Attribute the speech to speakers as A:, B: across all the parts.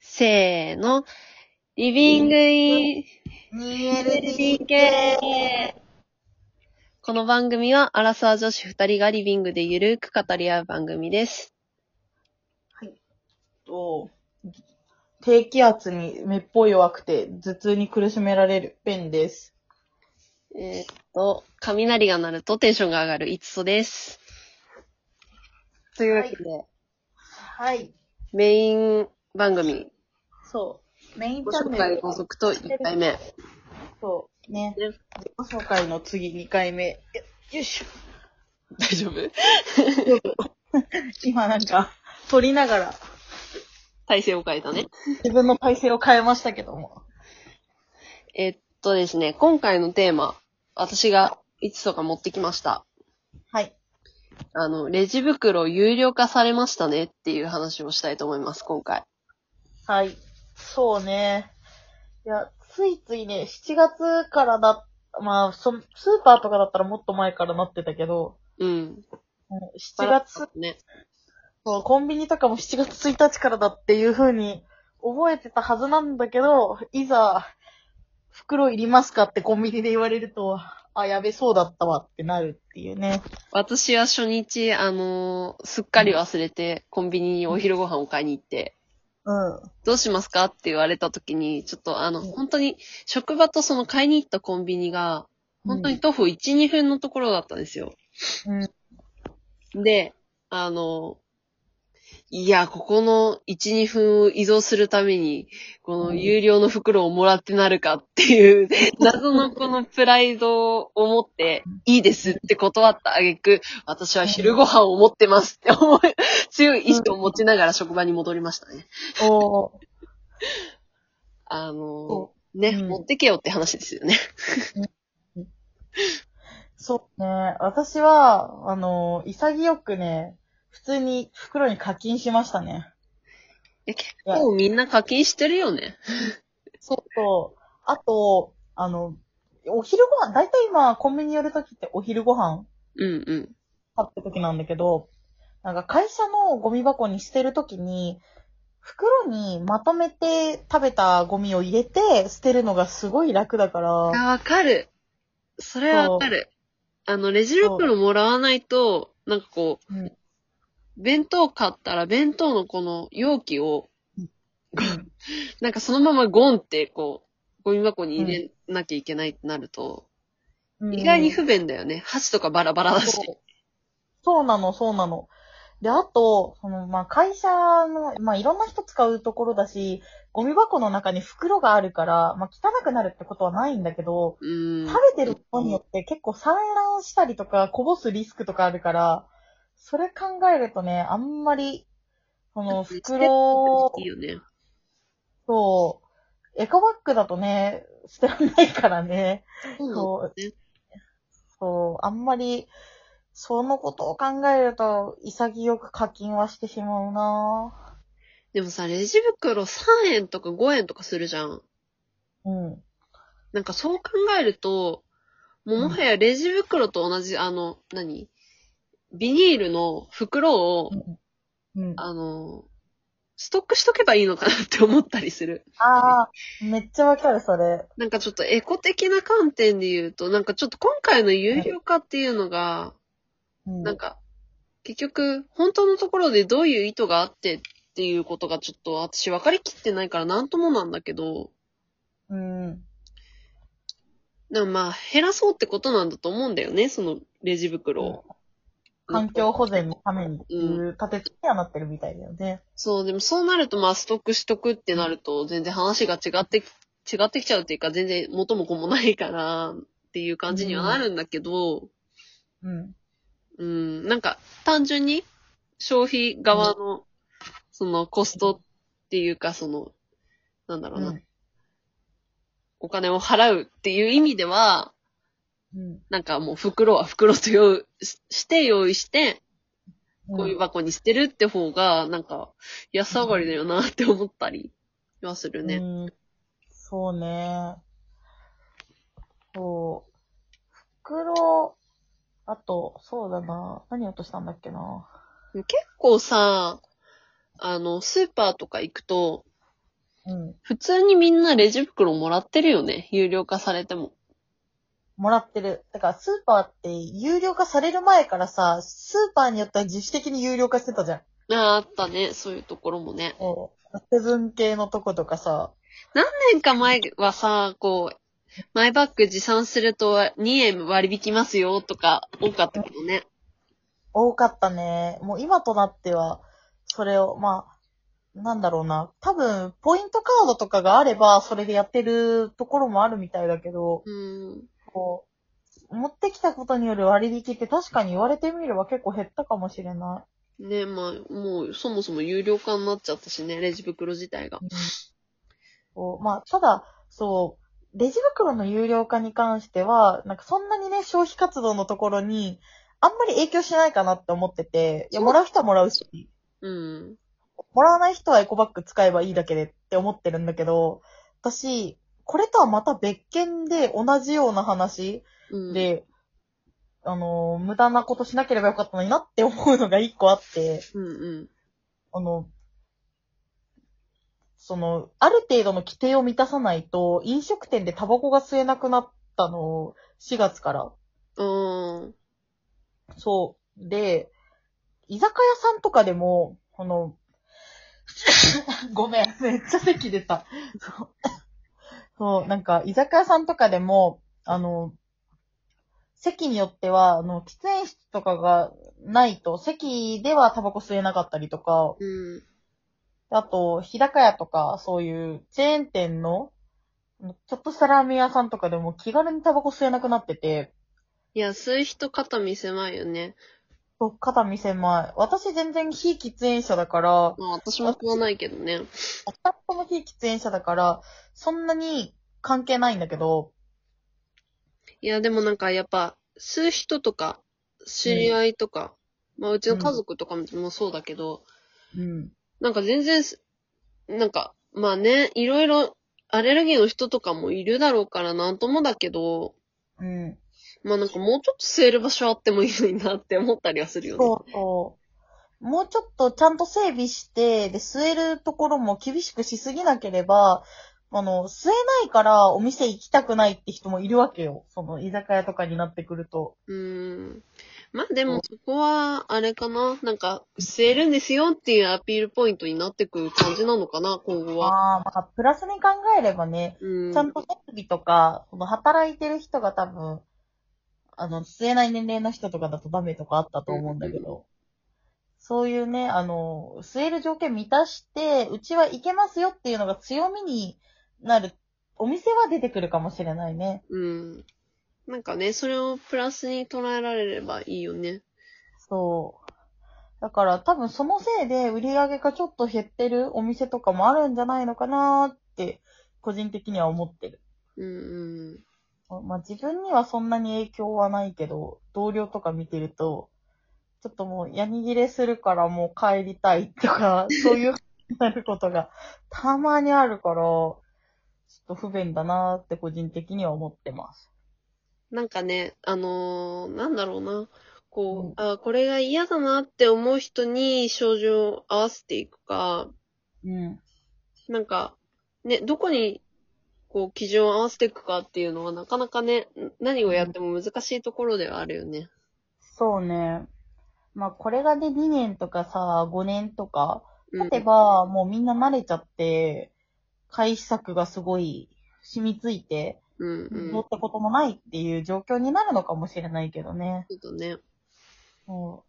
A: せーの。リビングイン
B: 2LDK!
A: この番組は、アラサー女子二人がリビングでゆるく語り合う番組です。
B: と、低気圧にめっぽう弱くて、頭痛に苦しめられるペンです。
A: えーっと、雷が鳴るとテンションが上がるいつそです。というわけで、
B: はい。
A: メイン番組、
B: そう。メイン
A: ご
B: チャン
A: 紹
B: ネ
A: 介
B: ル
A: の続と1回目。
B: そう。ね。
A: ね
B: 自己紹介の次2回目。よよいしょ。
A: 大丈夫
B: 今なんか、撮りながら、
A: 体勢を変えたね。
B: 自分の体勢を変えましたけども。
A: えーっとですね、今回のテーマ、私がいつそが持ってきました。
B: はい。
A: あの、レジ袋有料化されましたねっていう話をしたいと思います、今回。
B: はい。そうね。いや、ついついね、7月からだ、まあ、そ、スーパーとかだったらもっと前からなってたけど、
A: うん。
B: もう7月、
A: ね。
B: そうコンビニとかも7月1日からだっていう風に覚えてたはずなんだけど、いざ、袋いりますかってコンビニで言われると、あ、やべ、そうだったわってなるっていうね。
A: 私は初日、あのーすっかり忘れて、コンビニにお昼ご飯を買いに行って、
B: うん。
A: どうしますかって言われた時に、ちょっとあの、
B: うん
A: 本当に、職場とその買いに行ったコンビニが、本当に徒歩1、2分のところだったんですよ。
B: うん。うん。
A: で、あの、いや、ここの1、2分を移動するために、この
B: うん
A: 有料の袋をもらってなるかって いう、謎のこのプライドを持って、いいですって断った挙句、私は昼ご飯を持ってますって思い、強い意志を持ちながら職場に戻りましたね。
B: おー
A: あの
B: そ、
A: ね、
B: うん
A: 持ってけよって話ですよね。
B: そうね。私は、あの、潔くね、普通に袋に課金しましたね。
A: いや 結構みんな課金してるよね。
B: そうと、あと、あの、お昼ご飯、だいたい今、コンビニ寄るときってお昼ご飯
A: うんうん。
B: 買って時なんだけど、なんか会社のゴミ箱に捨てるときに、袋にまとめて食べたゴミを入れて捨てるのがすごい楽だから、
A: あ、わかる。それはわかる。あの、レジ袋もらわないと、なんかこ
B: うん
A: う、弁当買ったら弁当のこの容器を、なんかそのままゴンってこう、ゴミ箱に入れなきゃいけないってなると、意外に
B: うん
A: 不便だよね。箸とかバラバラだし。
B: そうそうなの、そうなの。で、あと、その、まあ、会社の、まあ、いろんな人使うところだし、ゴミ箱の中に袋があるから、まあ、汚くなるってことはないんだけど、
A: うーん。
B: 食べてるものによって結構散乱したりとか、こぼすリスクとかあるから、それ考えるとね、あんまり、その袋
A: いいよね。
B: と、エコバッグだとね、捨てられないからね。
A: そう
B: そう
A: ね。
B: そう、あんまり、そのことを考えると、潔く課金はしてしまうな
A: でもさ、レジ袋3円とか5円とかするじゃん。
B: うん。
A: なんかそう考えると、もうもはやレジ袋と同じ、あの、何ビニールの袋を、
B: うん。あ
A: あの、ストックしとけばいいのかなって思ったりする。
B: あー、めっちゃわかる、それ。
A: なんかちょっとエコ的な観点で言うと、なんかちょっと今回の有料化っていうのが、
B: うん。
A: なんか、結局、本当のところでどういう意図があってっていうことがちょっと私分かりきってないからなんともなんだけど、
B: うん。
A: でもまあ減らそうってことなんだと思うんだよね、そのレジ袋を。
B: 環境保全のためにっていう立て付けにはなってるみたいだよね。
A: そう、でもそうなると、まあ、ストックしとくってなると、全然話が違ってき、違ってきちゃうっていうか、全然元も子もないから、っていう感じにはなるんだけど、
B: うん。
A: うん、なんか、単純に、消費側の、その、コストっていうか、その、なんだろうな、
B: うん
A: お金を払うっていう意味では、
B: うん。
A: なんかもう袋は袋と用意しして用意して、ゴミ
B: う
A: 箱に捨てるって方が、なんか、安上がりだよなって思ったりはするね。
B: ん。そうね。そう。袋、あと、そうだな。何落としたんだっけな。
A: 結構さ、あの、スーパーとか行くと、
B: うん。
A: 普通にみんなレジ袋もらってるよね。有料化されても。
B: もらってる。だからスーパーって有料化される前からさ、スーパーによっては自主的に有料化してたじゃん。
A: ああ、あったね。そういうところもね。
B: おセブン系のとことかさ、
A: 何年か前はさ、こう、マイバッグ持参すると2円割引きますよとか多かったけどね。
B: 多かったね。もう今となっては、それを、まあ、なんだろうな。多分、ポイントカードとかがあれば、それでやってるところもあるみたいだけど、
A: うん。
B: こう、持ってきたことによる割引って確かに言われてみれば結構減ったかもしれな
A: ねまあ、もうそもそも有料化になっちゃったしね、レジ袋自体が
B: い。。こうまあ、ただ、そう、レジ袋の有料化に関しては、なんかそんなにね、消費活動のところに、あんまり影響しないかなって思ってて、いや、もらう人はもらうし、
A: うん。
B: もらわない人はエコバッグ使えばいいだけでって思ってるんだけど、私、これとはまた別件で同じような話
A: うん、
B: で、あのー、無駄なことしなければよかったのになって思うのが一個あって、
A: うんうん。
B: あの、その、ある程度の規定を満たさないと、飲食店でタバコが吸えなくなったのを、4月から。
A: あ
B: そう。で、居酒屋さんとかでも、この、 ごめん、めっちゃ咳出た。そうそう、なんか、居酒屋さんとかでも、あの、席によっては、あの、喫煙室とかがないと、席ではタバコ吸えなかったりとか、
A: ーうん。
B: あと、日高屋とか、そういうチェーン店の、ちょっとしたラーメン屋さんとかでも気軽にタバコ吸えなくなってて、
A: いや、吸う人肩見せないよね。
B: そう肩見せまい。私全然非喫煙者だから、
A: まあ、私も食わないけどね。
B: 二人とも非喫煙者だから、そんなに関係ないんだけど、
A: いや、でもなんかやっぱ、吸う人とか、知り合いとか、まあ、うちの家族とかもそうだけど、
B: うん。
A: なんか全然す、なんか、まあね、いろいろアレルギーの人とかもいるだろうからなんともだけど、
B: うん。
A: まあなんかもうちょっと吸える場所あってもいいのになって思ったりはするよね。
B: そうそう。もうちょっとちゃんと整備して、で、吸えるところも厳しくしすぎなければ、あの、吸えないからお店行きたくないって人もいるわけよ。その居酒屋とかになってくると。
A: うーん。まあでもそこは、あれかな、なんか、吸えるんですよっていうアピールポイントになってくる感じなのかな、今後は。
B: ああ、まあ、プラスに考えればね、
A: うん。
B: ちゃんと設備とか、その働いてる人が多分、あの、吸えない年齢の人とかだとダメとかあったと思うんだけど、そういうね、あの、吸える条件満たして、うちはいけますよっていうのが強みになる、お店は出てくるかもしれないね。
A: うん。なんかね、それをプラスに捉えられればいいよね。
B: そう。だから多分そのせいで売り上げがちょっと減ってるお店とかもあるんじゃないのかなーって、個人的には思ってる。
A: うんうん。
B: まあ、自分にはそんなに影響はないけど、同僚とか見てると、ちょっともう、やに切れするからもう帰りたいとか、そういうなることがたまにあるから、ちょっと不便だなーって個人的には思ってます。
A: なんかね、あのーなんだろうな。こう、
B: う
A: あこれが嫌だなって思う人に症状を合わせていくか、
B: うん。
A: なんか、ね、どこに、こう、基準を合わせていくかっていうのは、なかなかね、ん何をやっても難しいところではあるよね。
B: そうね。まあ、これがね、2年とかさ、5年とか、
A: うん
B: 経てば、もうみんな慣れちゃって、回避策がすごい染みついて、
A: うんうん。
B: どうってこともないっていう状況になるのかもしれないけどね。
A: そうだね。
B: そ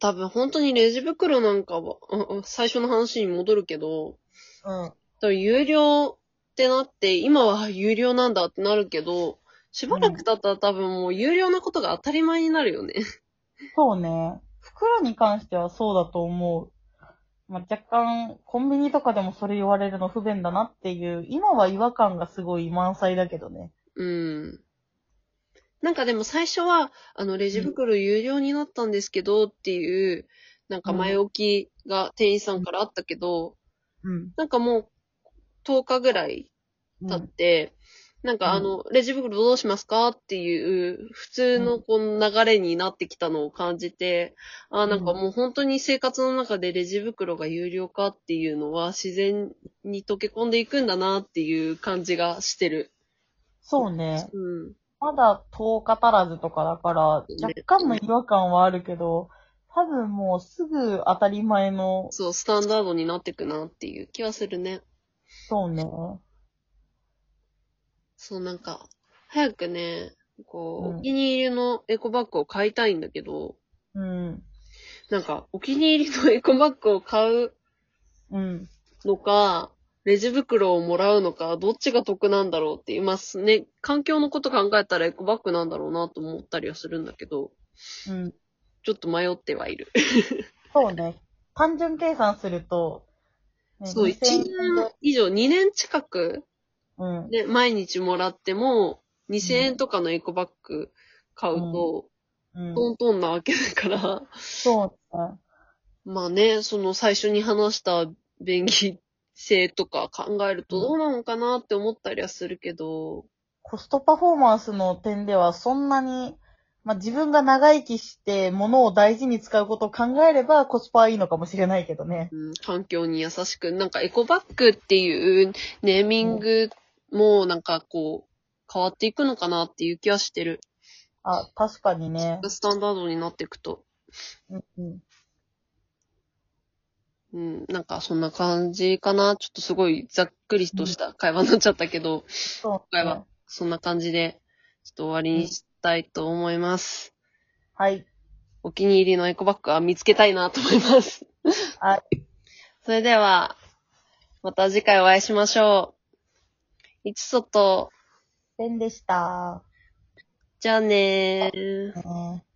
A: 多分本当にレジ袋なんかは、うんうん最初の話に戻るけど、
B: う。うん。
A: 多分有料ってなって、今は有料なんだってなるけど、しばらく経ったら多分もう有料なことが当たり前になるよね。
B: そうね。袋に関してはそうだと思う。まあ、若干、コンビニとかでもそれ言われるの不便だなっていう、今は違和感がすごい満載だけどね。
A: うん。なんかでも最初は、あの、レジ袋有料になったんですけどっていう、なんか前置きが店員さんからあったけど、
B: うん。
A: なんかもう10日ぐらい経って、なんかあの、レジ袋どうしますかっていう、普通のこの流れになってきたのを感じて、あーなんかもう本当に生活の中でレジ袋が有料化っていうのは自然に溶け込んでいくんだなっていう感じがしてる。
B: そうね。
A: うん。
B: まだ10日足らずとかだから、
A: ね
B: 若干の違和感はあるけど、多分もうすぐ当たり前の、
A: そう、スタンダードになってくなっていう気はするね。
B: そうね。
A: そう、なんか、早くね、こう、
B: うん
A: お気に入りのエコバッグを買いたいんだけど、
B: うん。
A: なんか、お気に入りのエコバッグを買う
B: うん。
A: のか、レジ袋をもらうのか、どっちが得なんだろうって言いますね。環境のこと考えたらエコバッグなんだろうなと思ったりはするんだけど、
B: うん。
A: ちょっと迷ってはいる。
B: そうね。単純計算すると、ね
A: そう、1
B: 2000
A: 年
B: 円で
A: 以上、2年近く、
B: うん。
A: ね、毎日もらっても、2000円とかのエコバッグ買うと、
B: う
A: ト
B: ん。
A: ントンなわけだから、
B: そうね。
A: まあね、その最初に話した便宜性とか考えるとどうなのかなって思ったりはするけど、
B: コストパフォーマンスの点ではそんなに、まあ、自分が長生きして物を大事に使うことを考えればコスパはいいのかもしれないけどね。
A: うん、環境に優しく、なんかエコバッグっていうネーミングもなんかこう、変わっていくのかなっていう気はしてる。
B: あ、確かにね。
A: スタンダードになっていくと。
B: うんうん。
A: うん、なんかそんな感じかな。ちょっとすごいざっくりとした会話になっちゃったけど、
B: そう、
A: 今回
B: ね
A: は。そんな感じで、ちょっと終わりにしたいと思います。
B: はい。
A: お気に入りのエコバッグは見つけたいなと思います。
B: はい。
A: それでは、また次回お会いしましょう。いちそと、
B: ペンでした。
A: じゃあねー。
B: ね